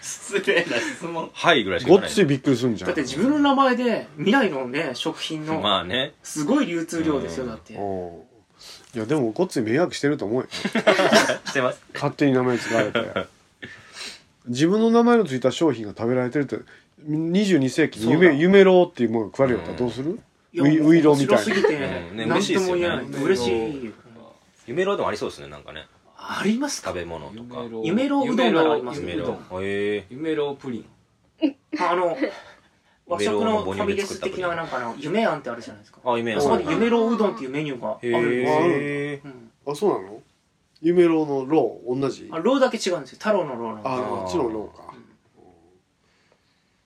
S2: 失礼な質問。
S3: はいぐらいしか
S1: ご
S3: 言
S1: っ
S3: わない
S1: ついびっくりするんじゃん。
S4: だって自分の名前で未来のね食品の
S3: まあね
S4: すごい流通量ですよだって、
S1: うんいや、でもごっつい迷惑してると思うよ。
S3: [LAUGHS] してます
S1: 勝手に名前使われて。自分の名前のついた商品が食べられてるって、22世紀に
S4: そう
S1: 夢、
S4: だ
S1: 夢ろうっていうものが食われよったらどうする
S4: いや
S1: ウイウイローみたいな
S4: 面白すぎて、
S3: うんね
S4: なんとも言えない
S3: 嬉しいですよ
S2: ね
S4: 嬉しい
S3: 夢ろうでもありそうですねなんかね
S4: ありますか
S3: 食べ物とか
S4: 夢ろううどんならあります
S3: 夢
S4: 夢
S3: ろ
S4: ろ
S3: うへえ
S2: 夢ろうプリン。
S4: あの和食のファミレス
S3: 夢
S4: 的
S3: ろう
S4: な
S3: の
S4: なんかの夢あんってあるじゃないですか
S3: あ夢
S4: あ
S3: や
S4: そこ
S3: そ
S4: で
S3: う
S4: 夢ろううどんっていうメニューがあ
S3: へ
S4: るんですよ、
S3: え
S4: うん
S1: あ、そうなの夢ろうのろう、同じ
S4: あろうだけ違うんですよ太郎のろうなんです
S1: あ、
S4: よ
S1: こっちのろうか。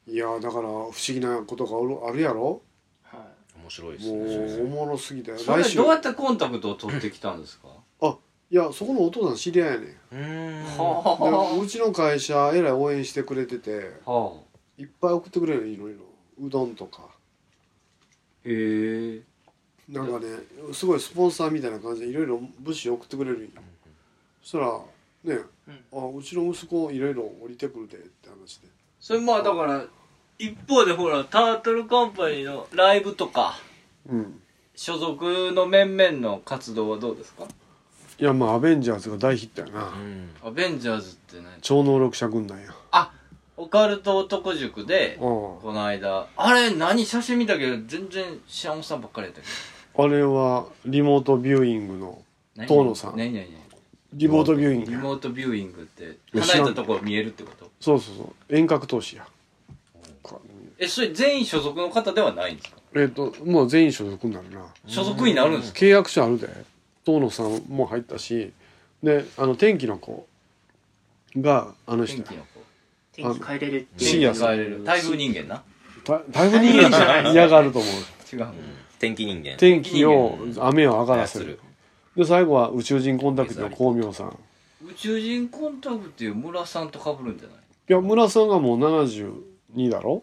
S1: いやだから不思議なことがあるあるやろ
S4: はい
S3: 面白いで
S1: も
S3: す
S1: うお
S3: ね
S1: もろすぎだよ
S2: それ
S1: 来週
S2: どうやってコンタクトを取ってきた
S4: [LAUGHS]
S2: んですか
S1: いやそこのお父さん知り合いやねん
S3: うーん
S1: で
S2: は
S1: うちの会社えらい応援してくれてて
S2: あ。はあ。
S1: いっぱい送ってくれるいろいろうどんとか
S2: へえ。
S1: なんかねすごいスポンサーみたいな感じでいろいろ物資送ってくれるんよそしたらね、あうちの息子いろいろ降りてくるでって話で
S8: それまあだから、一方でほら、タートルカンパニーのライブとか、
S1: うん
S2: 所属の面々の活動はどうですか
S1: いやまあアベンジャーズが大ヒットやな、
S3: うん
S2: アベンジャーズってね、
S1: 超能力者軍団や
S2: オカルト男塾で、
S1: うん
S2: この間、あれ何写真見たけど、全然知らんおっさんばっかりやったけ
S1: あれはリモートビューイングの
S2: ど。
S1: 遠野さん
S2: 何何何
S1: リモートビューイン
S2: リ
S1: グや
S2: モートビューイングって、
S1: や知らん
S2: 離れたところ見えるってこと
S1: そうそうそう遠隔投資やか
S2: え、それ全員所属の方ではないんですか
S1: えっ、ともう全員所属になるな
S2: 所属になるんですか
S1: 契約者あるで遠野さんも入ったしであの天気の子があの人
S2: 天
S1: や
S2: 気の子。
S4: 天気変えれるって
S1: 深
S4: いう
S1: 夜
S2: 帰
S1: さん
S2: れる。台風人間な。
S1: だだいぶ人間じゃない嫌がると思う
S2: 違う。
S3: 天気人間
S1: 天気を雨を上がらせ
S3: 操
S1: る
S3: る
S1: で最後は宇宙人コンタクトの光明さん
S2: 宇宙人コンタクトっていう村さんと被るんじゃない
S1: いや村さんがもう72だろ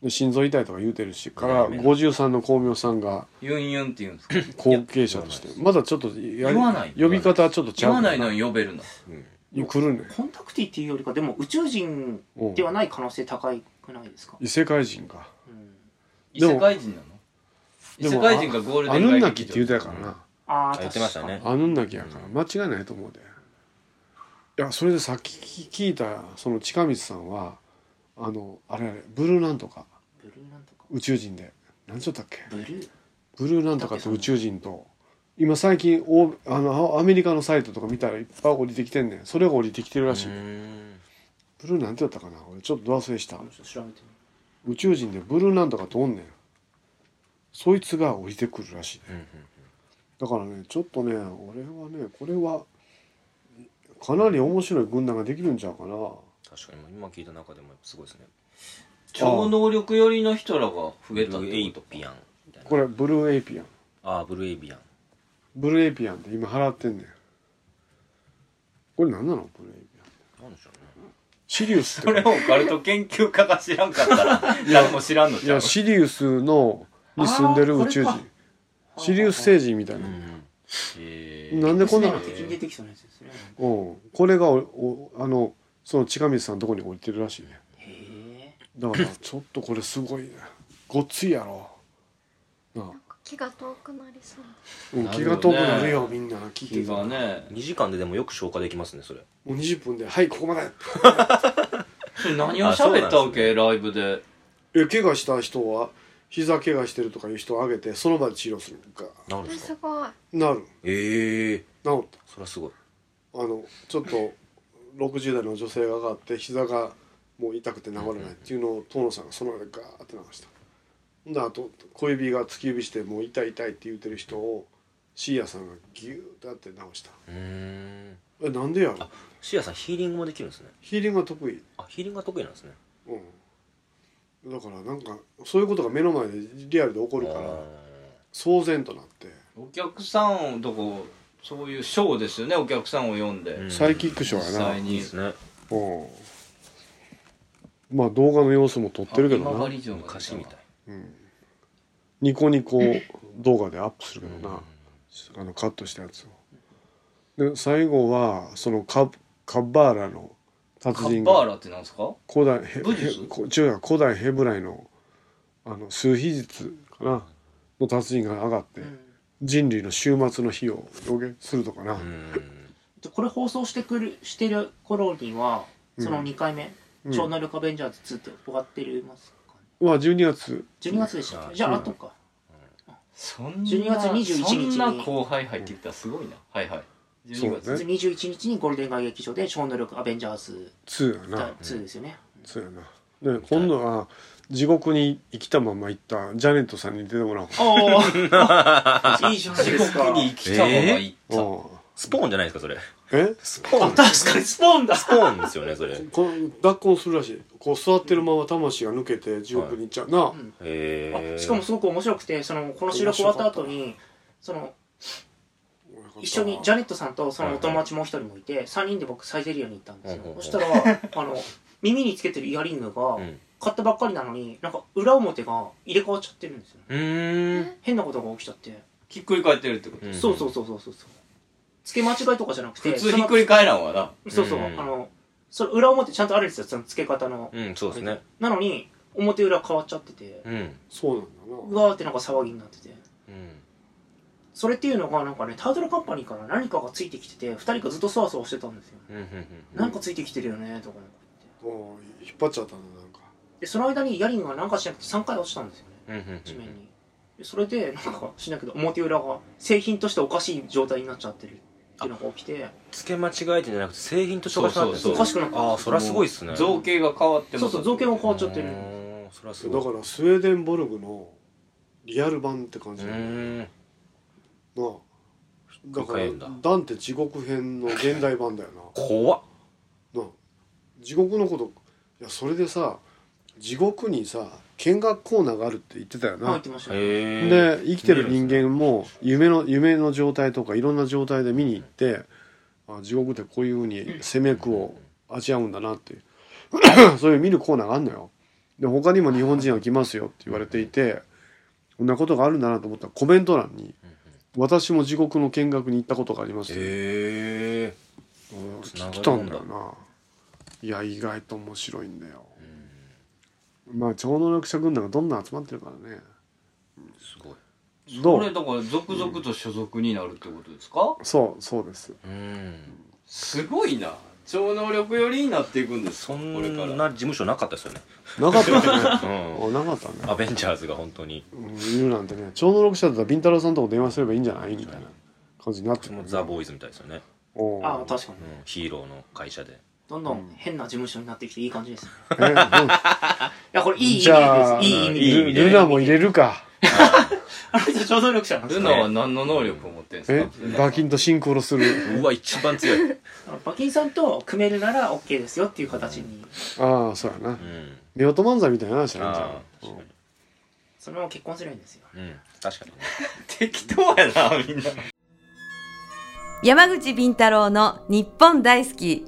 S1: で心臓痛いとか言うてるしから53の光明さんが
S2: ユンユンって言うんですか
S1: 後継者としてまだちょっとやり
S2: 言わない
S1: 呼び方はちょっとちゃ
S2: 言
S1: う
S2: わないのに呼べるな。
S1: 来るね
S4: コンタクティっていうよりかでも宇宙人
S1: うん
S4: ではない可能性高くないですか、
S1: 異世界人か
S4: うん
S2: 異世界人なの異
S1: でも
S2: 世界人がゴール
S1: ア
S2: デン
S1: ヌン
S2: 街
S1: ナ
S2: 劇
S1: キって
S2: 場
S1: 言うてたからな
S4: ああ
S3: 言ってましたね
S1: アヌンナキやから間違いないと思うでいやそれでさっき聞いたその近道さんはあのあれあれブルーなんとか
S4: ブルーなんとか
S1: 宇宙人で何ちょったっけ
S4: ブルー
S1: ブルーなんとかと宇宙人と今最近おあのアメリカのサイトとか見たらいっぱい降りてきてんねんそれが降りてきてるらしい、
S3: うーん
S1: ブルーなんてやったかな俺ちょっと忘れした
S4: あの人調べて
S1: 宇宙人でブルーなんとかとおんねんそいつが降りてくるらしい、
S3: うんうん
S1: だからねちょっとね俺はねこれはかなり面白い軍団ができるんちゃうかな
S3: 確かに今聞いた中でもすごいですね
S2: 超能力寄りの人らが増
S3: ブ
S2: え
S3: ル
S2: たっ
S3: ーエイ
S2: てこと
S3: ピアンみたいな
S1: これブルーエイピアン
S3: ああブルーエイビアン
S1: ブルーエイピアンって今払ってんねんこれ何なのブルーエイピアン
S3: なんでしょうね
S1: シリウスって
S2: それをオカルト研究家が知らんかったら誰も知らんの
S1: い
S2: ちゃ
S1: や
S2: う
S1: シリウスのに住んでる宇宙
S4: あーこ
S1: 人シリウス星人みたいな、
S2: へー
S1: なんでこんな
S4: 敵に出てきそうなやつですね
S1: うん、これがおおあのその近道さんのとこに降りてるらしいね
S4: へえ
S1: だからちょっとこれすごいねごっついやろなあ
S5: 気が遠くなりそう
S1: うん
S2: なる
S1: 気
S2: よね
S1: が遠くなるよみんな聞いて
S2: 気
S1: るも
S2: がね
S3: 2時間ででもよく消化できますねそれ
S1: う20分で「はいここまで
S2: それ何を喋ったわけ、ライブで」
S1: え怪我した人は膝怪我してるとかいう人を挙げてその場で治療するか
S3: なるん
S5: え
S3: ですか
S5: すごい
S1: なる
S3: ええ
S1: 治った
S3: それはすごい
S1: あのちょっと60代の女性が上がって膝がもう痛くて治らないっていうのを遠野さんがその場でガーって流したほんであと小指が突き指してもう痛い痛いって言ってる人を椎谷さんがギューってやって治した
S3: うーん
S1: えなんでやろ
S3: シアさんヒーリングもできるんですね
S1: ヒーリングが得意
S3: あヒーリングが得意なんですね
S1: うんだからなんかそういうことが目の前でリアルで起こるから
S3: あー
S1: 騒然となって
S2: お客さんをどこそういうショーですよねお客さんを呼んで、
S3: うん
S1: サイキックショーやな
S2: 実際
S3: いい
S2: に
S3: ですね
S1: うんまあ動画の様子も撮ってるけど
S2: あ今
S1: な
S2: 治城が出た
S3: 昔みたい
S1: ニコニコ動画でアップするけどなあのカットしたやつをで最後はそのカカッバーラの達
S2: カ
S1: 人
S2: ッ
S1: が
S2: バーラってなんですか
S1: 古代ヘ
S2: 武術
S1: へこ違うよ古代ヘブライのあの数秘術かなの達人が上がって、人類の終末の日を表現するとかな、
S3: うーん
S4: でこれ放送してくるしてる頃にはその2回目、
S1: うん
S4: 超能力アベンジャーズ2って終わってるますかね
S1: まあ12月
S4: 12月でしたっけじゃあ後か、
S2: そんな
S4: 12月21日に
S2: そんな後輩入ってきたらすごいなはいはい
S1: そう
S2: 12
S1: だ
S2: 月、
S1: ね
S4: 21日にゴールデン街劇場で超能力アベンジャーズ
S1: 2やな
S4: 2ですよね、
S1: 2やなで今度は地獄に生きたまま行ったジャネットさんに出てもらおうか
S4: お [LAUGHS] お [LAUGHS] いいじゃないです
S2: 地獄
S4: か
S2: に生きたまま行っ
S1: う
S2: た、
S1: ん
S3: スポーンじゃないですかそれ
S1: え
S3: スポーン
S4: 確かにスポーンだ
S3: スポーンですよねそ [LAUGHS] れへ
S1: この脱婚するらしいこう座ってるまま魂が抜けて地獄に行っちゃう、なあ、
S4: ん
S3: え
S4: あしかもすごく面白くてそのこの収録終わった後にその一緒にジャネットさんとそのお友達もう一人もいて3人で僕サイゼリアに行ったんですよ
S3: はいはいは
S4: そし
S3: い
S4: たらあの耳につけてるイヤリングが
S3: うん
S4: 買ったばっかりなのになんか裏表が入れ替わっちゃってるんですよね
S3: うーん
S4: 変なことが起きちゃって
S2: ひっくり返ってるってこと、
S3: うん
S4: そうそうそうそうそうそう付け間違いとかじゃなくて
S2: 普通ひっくり返らんわな
S4: そのそうそう
S3: うん
S4: あのそれ裏表ちゃんとあるんですよその付け方の
S3: うんそうですね
S4: なのに表裏変わっちゃってて
S3: うん
S1: そうなん
S4: う
S1: だな
S4: わーってなんか騒ぎになってて
S3: うん
S4: それっていうのがなんかねタートルカンパニーから何かがついてきてて2人がずっとそわそわしてたんですよ、
S3: うんうんうん
S4: なんかついてきてるよねとかなんか言って
S1: もう引っ張っちゃったんだなんか
S4: でその間にイヤリングがなんかしなくて3回落ちたんですよね
S3: うんうんうん
S4: 地面にでそれでなんかしなくて表裏が製品としておかしい状態になっちゃってるっていうのが起きて
S3: 付け間違えてんじゃなくて製品と紹介したんです
S2: そう
S4: お
S2: そ
S4: か
S2: うそ
S4: しくなった
S3: ああそれはすごいっすね
S2: 造形が変わってます
S4: そうそう造形も変わっちゃってる
S3: うーんそれはすご
S1: だ
S3: い
S1: からスウェーデンボルグのリアル版って感じ
S3: う
S1: だよね
S3: ーん
S1: なあだか
S3: 繰り
S1: ら
S3: 返んだ
S1: ダンテ地獄編の現代版だよ
S3: 怖っ
S1: ななあ地獄のこといやそれでさ地獄にさ見学コーナーがあるって言ってたよな、
S4: 入ってましたね
S3: へ
S1: で生きてる人間も夢の夢の状態とかいろんな状態で見に行ってあ地獄ってこういうふうに攻めくを味わうんだなっていう [CLEARS THROAT] そういう見るコーナーがあるのよで他にも日本人は来ますよって言われていてこんなことがあるんだなと思ったらコメント欄に「私も地獄の見学に行ったことがあります」って
S3: へえ
S1: うん
S3: つながるもんだ
S1: 来たんだよないや意外と面白いんだよまあ超能力者軍団がどんどん集まってるからね
S3: すごい
S1: ど
S2: これ
S1: う
S2: だから続々と所属になるってことですか、
S1: そうそうです
S3: うん
S2: すごいな超能力寄りになっていくんです
S3: そん
S2: これから
S3: な事務所なかったですよね
S1: なかった
S3: [LAUGHS]
S1: ね
S3: う
S1: あなかったね
S3: んアベンジャーズが本当に
S1: うん言うなんてね超能力者だったらビンタロウさんとこ電話すればいいんじゃないみたいな感じになって
S3: そ
S1: く
S3: の
S1: る
S3: ザ・ボーイズみたいですよね
S1: おう
S4: ああ確かに
S3: うんヒーローの会社で
S4: どんどん変な事務所になってきていい感じですい
S1: えうん
S4: やこれいい意味
S1: じゃあ
S4: ですいい意味
S3: いい意味
S1: ルルナも入れるか
S4: あの人超能力者なんです
S2: ル
S4: か
S2: ナは何の能力を持ってるんです
S1: え
S2: か
S1: バキンとシンクロする
S3: うわ一番強い
S4: あの馬琴さんと組めるなら OK ですよっていう形に、
S1: ああそうやな
S3: うん
S1: 夫婦漫才みたいな話やんじゃ
S3: ああ
S1: ん
S4: そのまま結婚すればいいんですよ
S3: うん確かにね
S2: [LAUGHS] 適当やなみんな
S9: 山口敏太郎の日本大好き。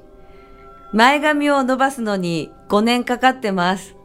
S9: 前髪を伸ばすのに5年かかってます。